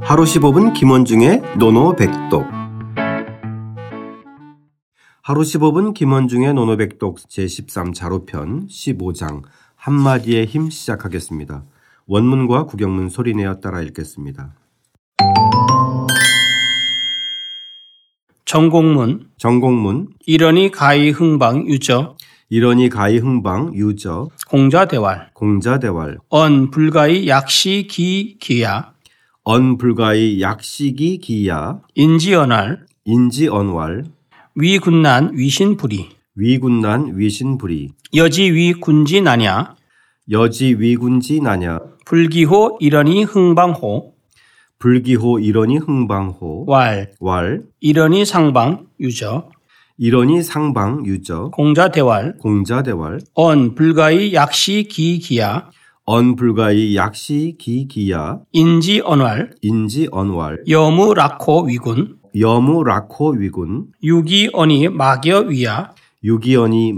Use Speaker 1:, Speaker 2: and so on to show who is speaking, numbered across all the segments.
Speaker 1: 하루 15분 김원중의 노노백독 하루 15분 김원중의 노노백독 제13자로편 15장 한마디의 힘 시작하겠습니다. 원문과 구경문 소리내어 따라 읽겠습니다.
Speaker 2: 정공문
Speaker 1: 정공문
Speaker 2: 이러니 가히 흥방 유저
Speaker 1: 이러니 가히 흥방 유저
Speaker 2: 공자대활
Speaker 1: 공자대활
Speaker 2: 언 불가히 약시 기 기야
Speaker 1: 언불가이 약식이 기야
Speaker 2: 인지언할
Speaker 1: 인지언왈
Speaker 2: 위군난 위신불이
Speaker 1: 위군난 위신불이
Speaker 2: 여지 위군지나냐
Speaker 1: 여지 위군지 나냐
Speaker 2: 불기호 이러니 흥방호
Speaker 1: 불기호 이러니 흥방호
Speaker 2: 왈
Speaker 1: 왈
Speaker 2: 이러니 상방 유저
Speaker 1: 이러니 상방 유저
Speaker 2: 공자대활
Speaker 1: 공자대왈
Speaker 2: 언 불가히 약시 기 기야
Speaker 1: 언불가이 약시 기기야
Speaker 2: 인지언활
Speaker 1: 인지언왈
Speaker 2: 여무라코 위군
Speaker 1: 여무라코 위군
Speaker 2: 유기언이 막여 위야
Speaker 1: 유기언이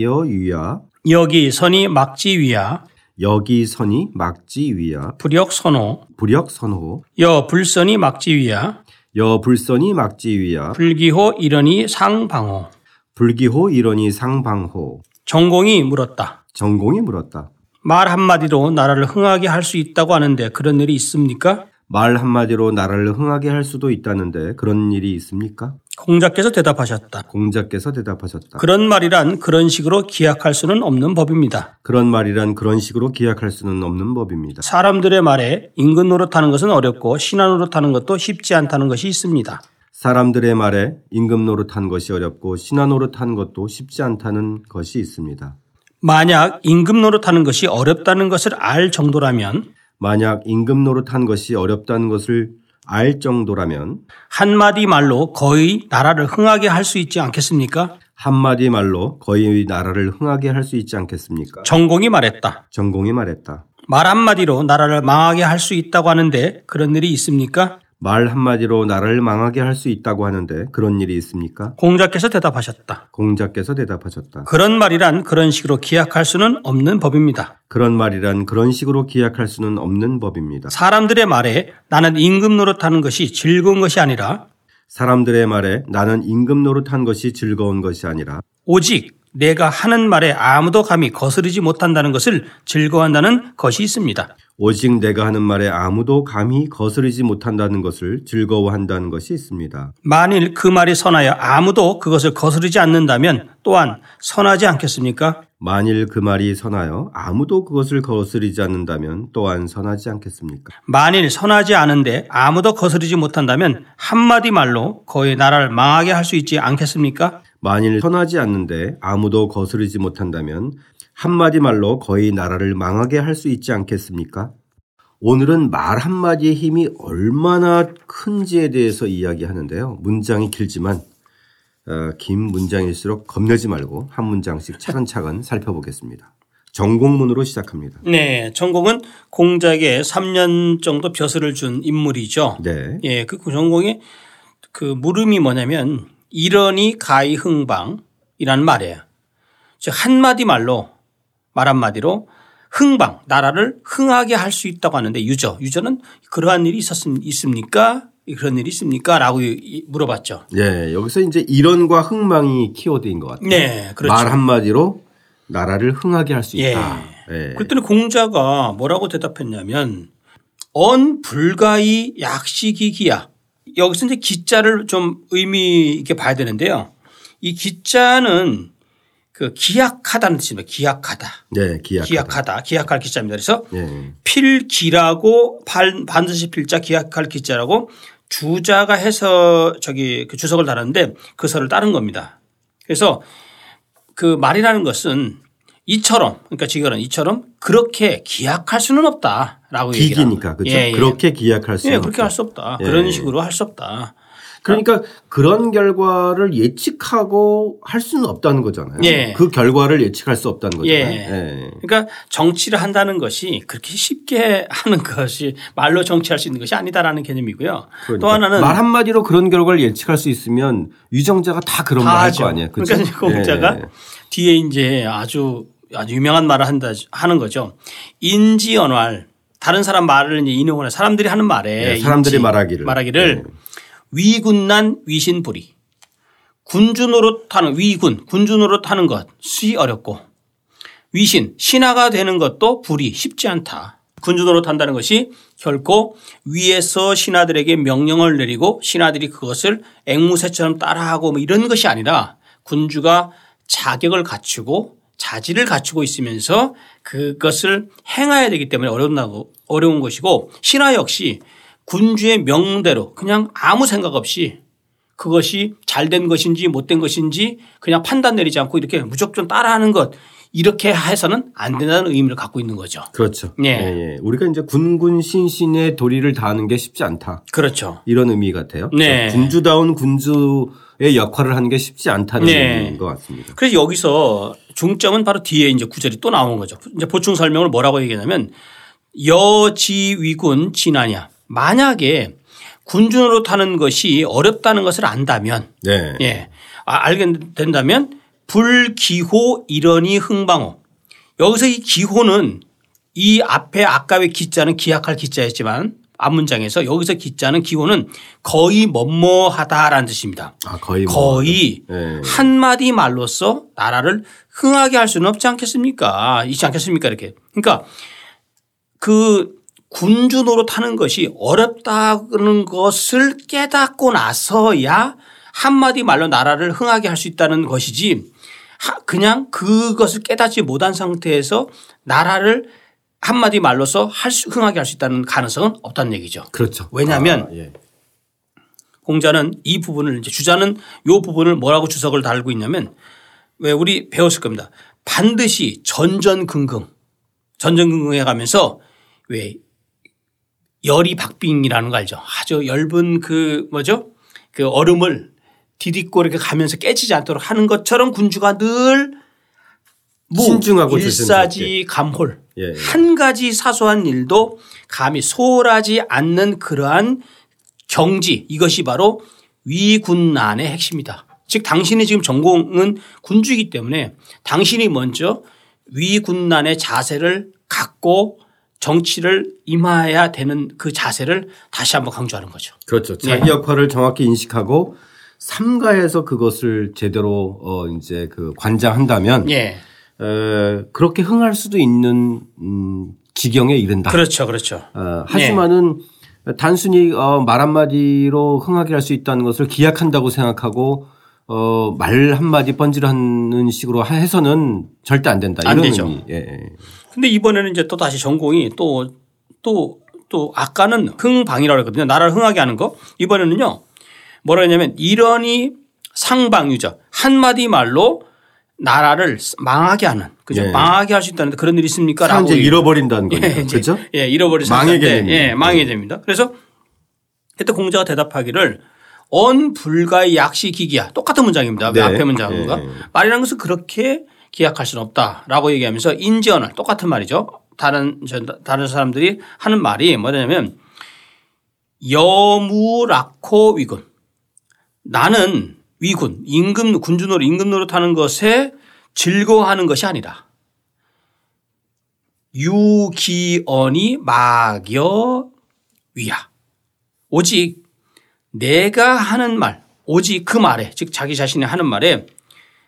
Speaker 1: 막여유야
Speaker 2: 여기 선이 막지 위야
Speaker 1: 여기선이 막지위야
Speaker 2: 부력선호
Speaker 1: 부력선호
Speaker 2: 여 불선이 막지위야
Speaker 1: 여불선이 막지위야
Speaker 2: 불기호 이러니 상방호
Speaker 1: 불기호 이러니 상방호
Speaker 2: 전공이 물었다.
Speaker 1: 전공이 물었다.
Speaker 2: 말 한마디로 나라를 흥하게 할 수 있다고 하는데 그런 일이 있습니까?
Speaker 1: 말 한마디로 나라를 흥하게 할 수도 있다는데 그런 일이 있습니까?
Speaker 2: 공자께서 대답하셨다.
Speaker 1: 공자께서 대답하셨다.
Speaker 2: 그런 말이란 그런 식으로 기약할 수는 없는 법입니다.
Speaker 1: 그런 말이란 그런 식으로 기약할 수는 없는 법입니다.
Speaker 2: 사람들의 말에 인근 노릇하는 것은 어렵고 신하 노릇하는 것도 쉽지 않다는 것이 있습니다.
Speaker 1: 사람들의 말에 임금 노릇한 것이 어렵고 신하 노릇한 것도 쉽지 않다는 것이 있습니다.
Speaker 2: 만약 임금 노릇하는 것이 어렵다는 것을 알 정도라면
Speaker 1: 만약 임금 노릇한 것이 어렵다는 것을 알 정도라면
Speaker 2: 한마디 말로 거의 나라를 흥하게 할 수 있지 않겠습니까?
Speaker 1: 한마디 말로 거의 나라를 흥하게 할 수 있지 않겠습니까?
Speaker 2: 전공이 말했다.
Speaker 1: 전공이 말했다.
Speaker 2: 말 한마디로 나라를 망하게 할 수 있다고 하는데 그런 일이 있습니까?
Speaker 1: 말 한마디로 나라를 망하게 할 수 있다고 하는데 그런 일이 있습니까?
Speaker 2: 공자께서 대답하셨다.
Speaker 1: 공자께서 대답하셨다.
Speaker 2: 그런 말이란 그런 식으로 기약할 수는 없는 법입니다.
Speaker 1: 그런 말이란 그런 식으로 기약할 수는 없는 법입니다.
Speaker 2: 사람들의 말에 나는 임금 노릇하는 것이 즐거운 것이 아니라
Speaker 1: 사람들의 말에 나는 임금 노릇한 것이 즐거운 것이 아니라
Speaker 2: 오직 내가 하는 말에 아무도 감히 거스르지 못한다는 것을 즐거워한다는 것이 있습니다.
Speaker 1: 오직 내가 하는 말에 아무도 감히 거스르지 못한다는 것을 즐거워한다는 것이 있습니다.
Speaker 2: 만일 그 말이 선하여 아무도 그것을 거스르지 않는다면 또한 선하지 않겠습니까?
Speaker 1: 만일 그 말이 선하여 아무도 그것을 거스르지 않는다면 또한 선하지 않겠습니까?
Speaker 2: 만일 선하지 않은데 아무도 거스르지 못한다면 한마디 말로 거의 나라를 망하게 할 수 있지 않겠습니까?
Speaker 1: 만일 선하지 않는데 아무도 거스르지 못한다면 한마디 말로 거의 나라를 망하게 할 수 있지 않겠습니까? 오늘은 말 한마디의 힘이 얼마나 큰지에 대해서 이야기하는데요. 문장이 길지만 어, 긴 문장일수록 겁내지 말고 한 문장씩 차근차근 살펴보겠습니다. 전공문으로 시작합니다.
Speaker 2: 네, 전공은 공작에 3년 정도 벼슬을 준 인물이죠.
Speaker 1: 네.
Speaker 2: 예, 그 전공의 그 물음이 뭐냐면 이러니 가히 흥방이라는 말이에요. 즉 한마디 말로 말 한마디로 흥방 나라를 흥하게 할 수 있다고 하는데 유저 유저는 그러한 일이 있었음 있습니까? 그런 일이 있습니까?라고 이- 이- 물어봤죠.
Speaker 1: 예, 여기서 이제 이런과 흥망이 키워드인 것 같아요.
Speaker 2: 네, 그렇죠.
Speaker 1: 말 한마디로 나라를 흥하게 할 수
Speaker 2: 예.
Speaker 1: 있다. 예.
Speaker 2: 그랬더니 공자가 뭐라고 대답했냐면 언 불가이 약식이기야. 여기서 이제 기자를 좀 의미 있게 봐야 되는데요. 이 기자는 그 기약하다는 뜻입니다. 기약하다.
Speaker 1: 네, 기약.
Speaker 2: 기약하다. 기약할 기자입니다. 그래서
Speaker 1: 예.
Speaker 2: 필기라고 반- 반드시 필자 기약할 기자라고 주자가 해서 저기 그 주석을 달았는데 그 설을 따른 겁니다. 그래서 그 말이라는 것은 이처럼 그러니까 지금은 이처럼 그렇게 기약할 수는 없다라고 뭐 얘기를
Speaker 1: 기기니까 그죠?
Speaker 2: 예, 예.
Speaker 1: 그렇게 기약할 수
Speaker 2: 예,
Speaker 1: 는
Speaker 2: 그렇게 할 수 없다.
Speaker 1: 예.
Speaker 2: 그런 식으로 할 수 없다.
Speaker 1: 그러니까 그런 결과를 예측하고 할 수는 없다는 거잖아요.
Speaker 2: 예.
Speaker 1: 그 결과를 예측할 수 없다는 거잖아요.
Speaker 2: 예. 그러니까 정치를 한다는 것이 그렇게 쉽게 하는 것이 말로 정치할 수 있는 것이 아니다라는 개념이고요.
Speaker 1: 그러니까
Speaker 2: 또 하나는
Speaker 1: 말 한마디로 그런 결과를 예측할 수 있으면 유정자가 다 그런 말 할
Speaker 2: 하죠.
Speaker 1: 거 아니에요. 그죠?
Speaker 2: 그러니까 이제 공자가
Speaker 1: 예.
Speaker 2: 뒤에 이제 아주 아주 유명한 말을 한다 하는 거죠. 인지언활 다른 사람 말을 이제 인용을 해 사람들이 하는 말에
Speaker 1: 네, 사람들이
Speaker 2: 인지,
Speaker 1: 말하기를. 예.
Speaker 2: 말하기를 위군난 위신불이 군주노릇 하는 위군 군주노릇 하는 것이 어렵고 위신 신하가 되는 것도 불이 쉽지 않다. 군주노릇 한다는 것이 결코 위에서 신하들에게 명령을 내리고 신하들이 그것을 앵무새처럼 따라하고 뭐 이런 것이 아니라 군주가 자격을 갖추고 자질을 갖추고 있으면서 그것을 행해야 되기 때문에 어려운다고 어려운 것이고 신하 역시 군주의 명대로 그냥 아무 생각 없이 그것이 잘된 것인지 못된 것인지 그냥 판단 내리지 않고 이렇게 무조건 따라하는 것 이렇게 해서는 안 된다는 의미를 갖고 있는 거죠.
Speaker 1: 그렇죠.
Speaker 2: 예.
Speaker 1: 예, 예. 우리가 이제 군군신신의 도리를 다하는 게 쉽지 않다.
Speaker 2: 그렇죠.
Speaker 1: 이런 의미 같아요.
Speaker 2: 네.
Speaker 1: 그러니까 군주다운 군주의 역할을 하는 게 쉽지 않다는
Speaker 2: 네.
Speaker 1: 의미인 것 같습니다.
Speaker 2: 그래서 여기서 중점은 바로 뒤에 이제 구절이 또 나온 거죠. 이제 보충 설명을 뭐라고 얘기하냐면 여지위군 진하냐. 만약에 군준으로 타는 것이 어렵다는 것을 안다면
Speaker 1: 네.
Speaker 2: 예. 아, 알게 된다면 불기호 일원이 흥방호. 여기서 이 기호는 이 앞에 아까의 기자는 기약할 기자였지만 앞 문장에서 여기서 기자는 기호는 거의 뭐뭐하다라는 뜻입니다.
Speaker 1: 아, 거의 뭐.
Speaker 2: 거의
Speaker 1: 네.
Speaker 2: 한마디 말로써 나라를 흥하게 할 수는 없지 않겠습니까? 있지 않겠습니까? 이렇게. 그러니까 그 군주 노릇하는 것이 어렵다는 것을 깨닫고 나서야 한마디 말로 나라를 흥하게 할 수 있다는 것이지 하- 그냥 그것을 깨닫지 못한 상태에서 나라를 한마디 말로서 할 수, 흥하게 할 수 있다는 가능성은 없다는 얘기죠.
Speaker 1: 그렇죠.
Speaker 2: 왜냐하면
Speaker 1: 아, 예.
Speaker 2: 공자는 이 부분을 이제 주자는 요 부분을 뭐라고 주석을 달고 있냐면 왜 우리 배웠을 겁니다. 반드시 전전긍긍 전전긍긍해 가면서 왜 열이 박빙이라는 거 알죠. 아주 얇은 그 뭐죠 그 얼음을 디딛고 이렇게 가면서 깨지지 않도록 하는 것처럼 군주가 늘 무,
Speaker 1: 신중하고
Speaker 2: 일사지 감홀
Speaker 1: 예, 예.
Speaker 2: 한 가지 사소한 일도 감히 소홀하지 않는 그러한 경지 이것이 바로 위군난의 핵심이다. 즉 당신이 지금 전공은 군주이기 때문에 당신이 먼저 위군난의 자세를 갖고 정치를 임해야 되는 그 자세를 다시 한번 강조하는 거죠.
Speaker 1: 그렇죠. 자기 역할을 정확히 인식하고 삼가해서 그것을 제대로 어 이제 그 관장한다면
Speaker 2: 예.
Speaker 1: 에, 그렇게 흥할 수도 있는 음, 지경에 이른다.
Speaker 2: 그렇죠. 네. 그렇죠.
Speaker 1: 어, 하지만은 단순히 어, 말 한마디로 흥하게 할 수 있다는 것을 기약한다고 생각하고 어, 말 한마디 번지르는 식으로 하- 해서는 절대 안 된다.
Speaker 2: 안
Speaker 1: 이런
Speaker 2: 되죠.
Speaker 1: 의미. 예, 예.
Speaker 2: 근데 이번에는 이제 또 다시 전공이 또 또 또 아까는 흥방이라고 했거든요. 나라를 흥하게 하는 거. 이번에는요. 뭐라 했냐면 이러니 상방유죠. 한마디 말로 나라를 망하게 하는 그죠.
Speaker 1: 예.
Speaker 2: 망하게 할 수 있다는데 그런 일이 있습니까? 그러니까 라고
Speaker 1: 이제 잃어버린다는 거니까.
Speaker 2: 예, 이제,
Speaker 1: 그렇죠?
Speaker 2: 예, 잃어버린
Speaker 1: 망하게
Speaker 2: 상태인데,
Speaker 1: 됩니다.
Speaker 2: 예, 망하게 됩니다. 그래서 그때 공자가 대답하기를 언 불가의 약시 기기야. 똑같은 문장입니다.
Speaker 1: 네.
Speaker 2: 왜 앞에 문장과
Speaker 1: 예.
Speaker 2: 말이라는 것은 그렇게 기약할 수는 없다라고 얘기하면서 인지언을 똑같은 말이죠. 다른 저- 다른 사람들이 하는 말이 뭐냐면 여무라코 위군. 나는 위군 임금 군주노릇 임금 노릇하는 것에 즐거워하는 것이 아니라 유기언이 막여 위야. 오직 내가 하는 말, 오직 그 말에, 즉 자기 자신이 하는 말에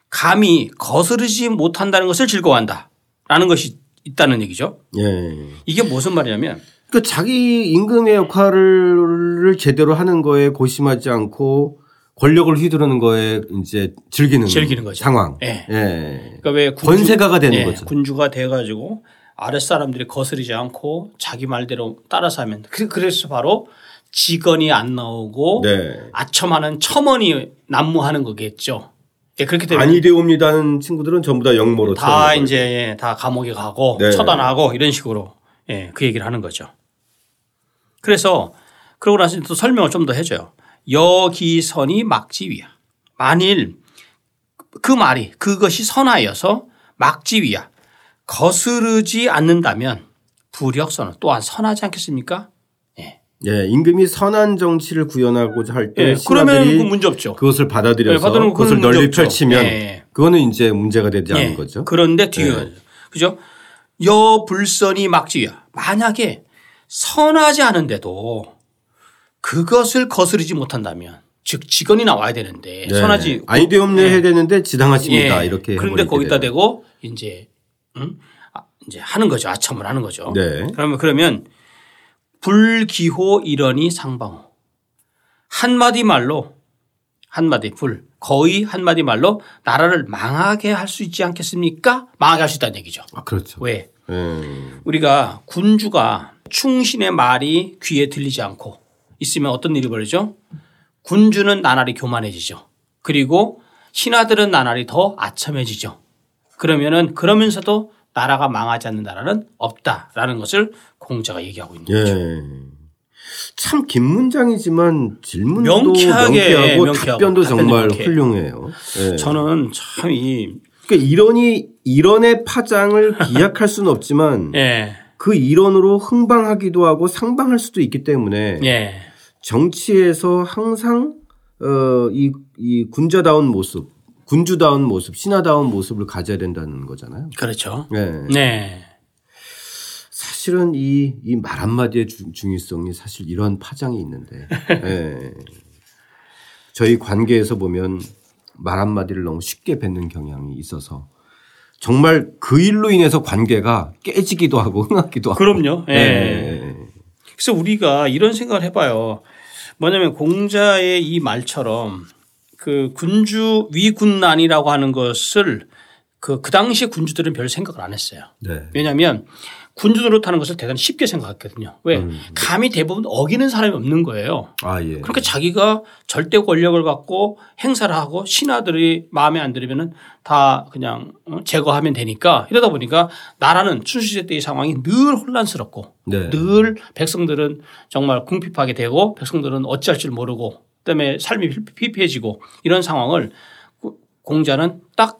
Speaker 2: 감히 거스르지 못한다는 것을 즐거워한다. 라는 것이 있다는 얘기죠.
Speaker 1: 예.
Speaker 2: 이게 무슨 말이냐면
Speaker 1: 그 자기 임금의 역할을 제대로 하는 거에 고심하지 않고 권력을 휘두르는 거에 이제 즐기는,
Speaker 2: 즐기는 거죠.
Speaker 1: 상황.
Speaker 2: 예.
Speaker 1: 예.
Speaker 2: 그러니까 왜
Speaker 1: 권세가가 되는
Speaker 2: 예,
Speaker 1: 거죠.
Speaker 2: 군주가 돼가지고 아랫사람들이 거스르지 않고 자기 말대로 따라서 하면 그- 그래서 바로 직언이 안 나오고
Speaker 1: 네.
Speaker 2: 아첨하는 첨언이 난무하는 거겠죠. 예, 그렇게 되면
Speaker 1: 아니 되옵니다 하는 친구들은 전부 다 영모로
Speaker 2: 다
Speaker 1: 태어난 거예요.
Speaker 2: 이제 예, 다 감옥에 가고
Speaker 1: 그렇죠. 네.
Speaker 2: 처단하고 이런 식으로 예, 그 얘기를 하는 거죠. 그래서 그러고 나서 또 설명을 좀 더 해줘요. 여기선이 막지위야. 만일 그 말이 그것이 선하여서 막지위야. 거스르지 않는다면 부력선은 또한 선하지 않겠습니까?
Speaker 1: 예, 임금이 선한 정치를 구현하고자 할 때
Speaker 2: 예, 그러면 그
Speaker 1: 네, 신하들이
Speaker 2: 문제 없죠.
Speaker 1: 그것을
Speaker 2: 예,
Speaker 1: 받아들여서
Speaker 2: 받아들이면
Speaker 1: 그것을
Speaker 2: 그건 문제
Speaker 1: 널리
Speaker 2: 없죠.
Speaker 1: 펼치면
Speaker 2: 예.
Speaker 1: 그거는 이제 문제가 되지 않은
Speaker 2: 예,
Speaker 1: 거죠. 네.
Speaker 2: 그런데 뒤에 그죠? 여불선이 막지야. 만약에 선하지 않은데도 그것을 거스르지 못한다면 즉 직언이 나와야 되는데
Speaker 1: 네.
Speaker 2: 선하지
Speaker 1: 아이디어 없네 해야 되는데 지당하십니다.
Speaker 2: 예.
Speaker 1: 이렇게
Speaker 2: 그런데
Speaker 1: 해버리게
Speaker 2: 거기다
Speaker 1: 되고.
Speaker 2: 대고 이제 음? 아, 이제 하는 거죠. 아첨을 하는 거죠.
Speaker 1: 네.
Speaker 2: 그러면 그러면 불기호 일언이 상방호 한마디 말로 한마디 불 거의 한마디 말로 나라를 망하게 할 수 있지 않겠습니까? 망하게 할 수 있다는 얘기죠.
Speaker 1: 아, 그렇죠.
Speaker 2: 왜?
Speaker 1: 예.
Speaker 2: 우리가 군주가 충신의 말이 귀에 들리지 않고 있으면 어떤 일이 벌어지죠? 군주는 나날이 교만해지죠. 그리고 신하들은 나날이 더 아첨해지죠. 그러면은 그러면서도 나라가 망하지 않는 나라는 없다라는 것을 공자가 얘기하고 있는 거죠.
Speaker 1: 예.
Speaker 2: 그렇죠.
Speaker 1: 참 긴 문장이지만 질문도
Speaker 2: 명쾌하게,
Speaker 1: 명쾌하고,
Speaker 2: 명쾌하고
Speaker 1: 답변도 정말
Speaker 2: 답변도 명쾌해요.
Speaker 1: 훌륭해요. 예.
Speaker 2: 저는 참 이
Speaker 1: 그러니까 이론이 이론의 파장을 기약할 수는 없지만
Speaker 2: 예.
Speaker 1: 그 이론으로 흥방하기도 하고 상방할 수도 있기 때문에
Speaker 2: 예.
Speaker 1: 정치에서 항상 어, 이, 이 군자다운 모습, 군주다운 모습, 신하다운 모습을 가져야 된다는 거잖아요.
Speaker 2: 그렇죠.
Speaker 1: 예.
Speaker 2: 네.
Speaker 1: 사실은 이, 이 말 한마디의 주- 중요성이 사실 이런 파장이 있는데, 예. 저희 관계에서 보면 말 한마디를 너무 쉽게 뱉는 경향이 있어서 정말 그 일로 인해서 관계가 깨지기도 하고 흥하기도 하고.
Speaker 2: 그럼요. 예.
Speaker 1: 예.
Speaker 2: 그래서 우리가 이런 생각을 해봐요. 뭐냐면 공자의 이 말처럼 그 군주 위군난이라고 하는 것을 그, 그 당시에 군주들은 별 생각을 안 했어요.
Speaker 1: 네.
Speaker 2: 왜냐하면 군주 노릇하는 것을 대단히 쉽게 생각했거든요. 왜?
Speaker 1: 음.
Speaker 2: 감히 대부분 어기는 사람이 없는 거예요.
Speaker 1: 아, 예.
Speaker 2: 그러니까 자기가 절대 권력을 갖고 행사를 하고 신하들이 마음에 안 들으면은 다 그냥 어, 제거하면 되니까 이러다 보니까 나라는 춘추제 때의 상황이 늘 혼란스럽고
Speaker 1: 네.
Speaker 2: 늘 백성들은 정말 궁핍하게 되고 백성들은 어찌할 줄 모르고 그다음에 삶이 피- 피폐해지고 이런 상황을 고- 공자는 딱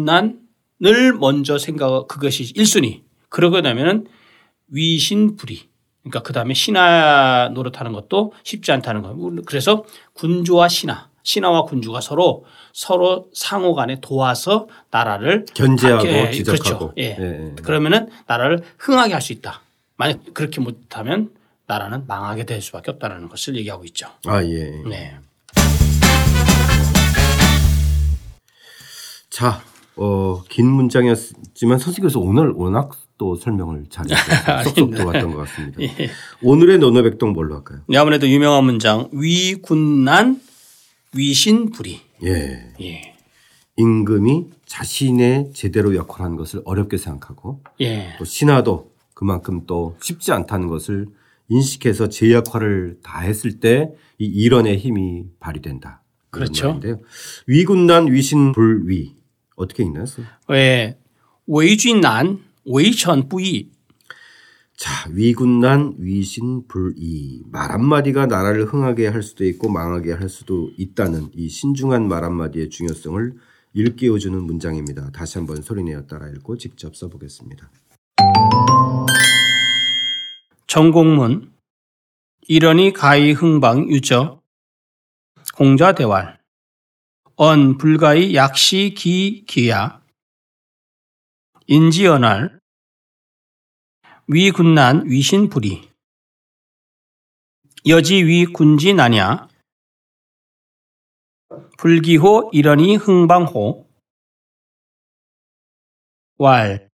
Speaker 2: 위군난을 먼저 생각 그것이 1순위 그러고 나면은 위신불이 그러니까 그다음에 신하 노릇하는 것도 쉽지 않다는 거예요. 물론 그래서 군주와 신하 신하와 군주가 서로 서로 상호 간에 도와서 나라를
Speaker 1: 견제하고
Speaker 2: 아, 예,
Speaker 1: 지적하고.
Speaker 2: 그렇죠. 예.
Speaker 1: 예.
Speaker 2: 그러면은 나라를 흥하게 할 수 있다. 만약 그렇게 못하면 나라는 망하게 될 수밖에 없다는 것을 얘기하고 있죠.
Speaker 1: 아, 예.
Speaker 2: 네.
Speaker 1: 자, 어, 긴 문장이었지만 선생님께서 오늘 워낙 또 설명을 잘해주셔서 쏙쏙 들어갔던 것 같습니다.
Speaker 2: 예.
Speaker 1: 오늘의 노노백동 뭘로 할까요?
Speaker 2: 네, 아무래도 유명한 문장 위군난 위신불이.
Speaker 1: 예.
Speaker 2: 예.
Speaker 1: 임금이 자신의 제대로 역할한 것을 어렵게 생각하고
Speaker 2: 예.
Speaker 1: 또 신하도 그만큼 또 쉽지 않다는 것을 인식해서 제 역할을 다 했을 때 이 일원의 힘이 발휘된다. 이런
Speaker 2: 그렇죠.
Speaker 1: 말인데요. 위군난 위신불위 어떻게 읽나요? 선생님?
Speaker 2: 왜 외주난 외천부이.
Speaker 1: 자, 위군난 위신불이 말 한마디가 나라를 흥하게 할 수도 있고 망하게 할 수도 있다는 이 신중한 말 한마디의 중요성을 일깨워주는 문장입니다. 다시 한번 소리내어 따라 읽고 직접 써보겠습니다.
Speaker 2: 전공문 이러니 가히 흥방 유저 공자 대활 언 불가히 약시 기 기야 인지연할 위군난 위신 불이 여지 위군지 나냐 불기호 이러니 흥방호 왈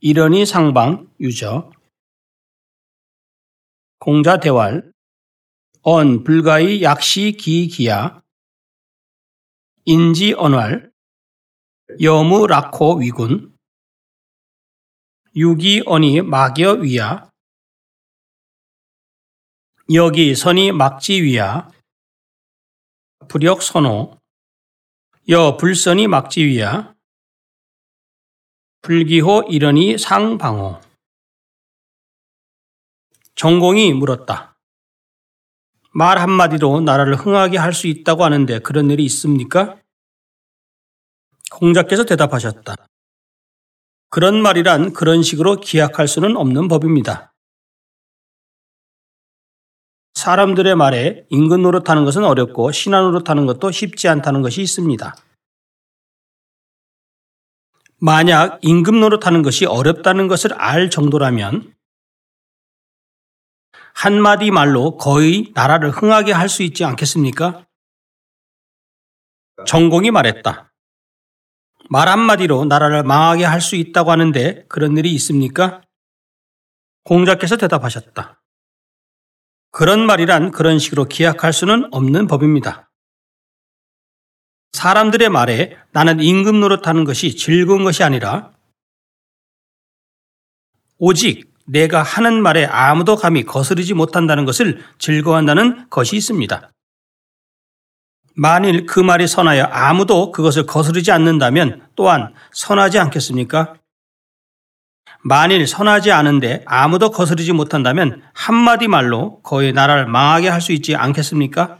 Speaker 2: 이러니 상방 유저 공자 대활 언 불가의 약시 기기야 인지 언활 여무 라코 위군 유기 언이 막여 위야 여기 선이 막지 위야 불역 선호 여 불선이 막지 위야 불기호 이러니 상방호 전공이 물었다. 말 한마디로 나라를 흥하게 할 수 있다고 하는데 그런 일이 있습니까? 공자께서 대답하셨다. 그런 말이란 그런 식으로 기약할 수는 없는 법입니다. 사람들의 말에 인근 노릇하는 것은 어렵고 신하 노릇하는 것도 쉽지 않다는 것이 있습니다. 만약 임금 노릇하는 것이 어렵다는 것을 알 정도라면 한마디 말로 거의 나라를 흥하게 할 수 있지 않겠습니까? 전공이 말했다. 말 한마디로 나라를 망하게 할 수 있다고 하는데 그런 일이 있습니까? 공자께서 대답하셨다. 그런 말이란 그런 식으로 기약할 수는 없는 법입니다. 사람들의 말에 나는 임금 노릇하는 것이 즐거운 것이 아니라 오직 내가 하는 말에 아무도 감히 거스르지 못한다는 것을 즐거워한다는 것이 있습니다. 만일 그 말이 선하여 아무도 그것을 거스르지 않는다면 또한 선하지 않겠습니까? 만일 선하지 않은데 아무도 거스르지 못한다면 한마디 말로 거의 나라를 망하게 할 수 있지 않겠습니까?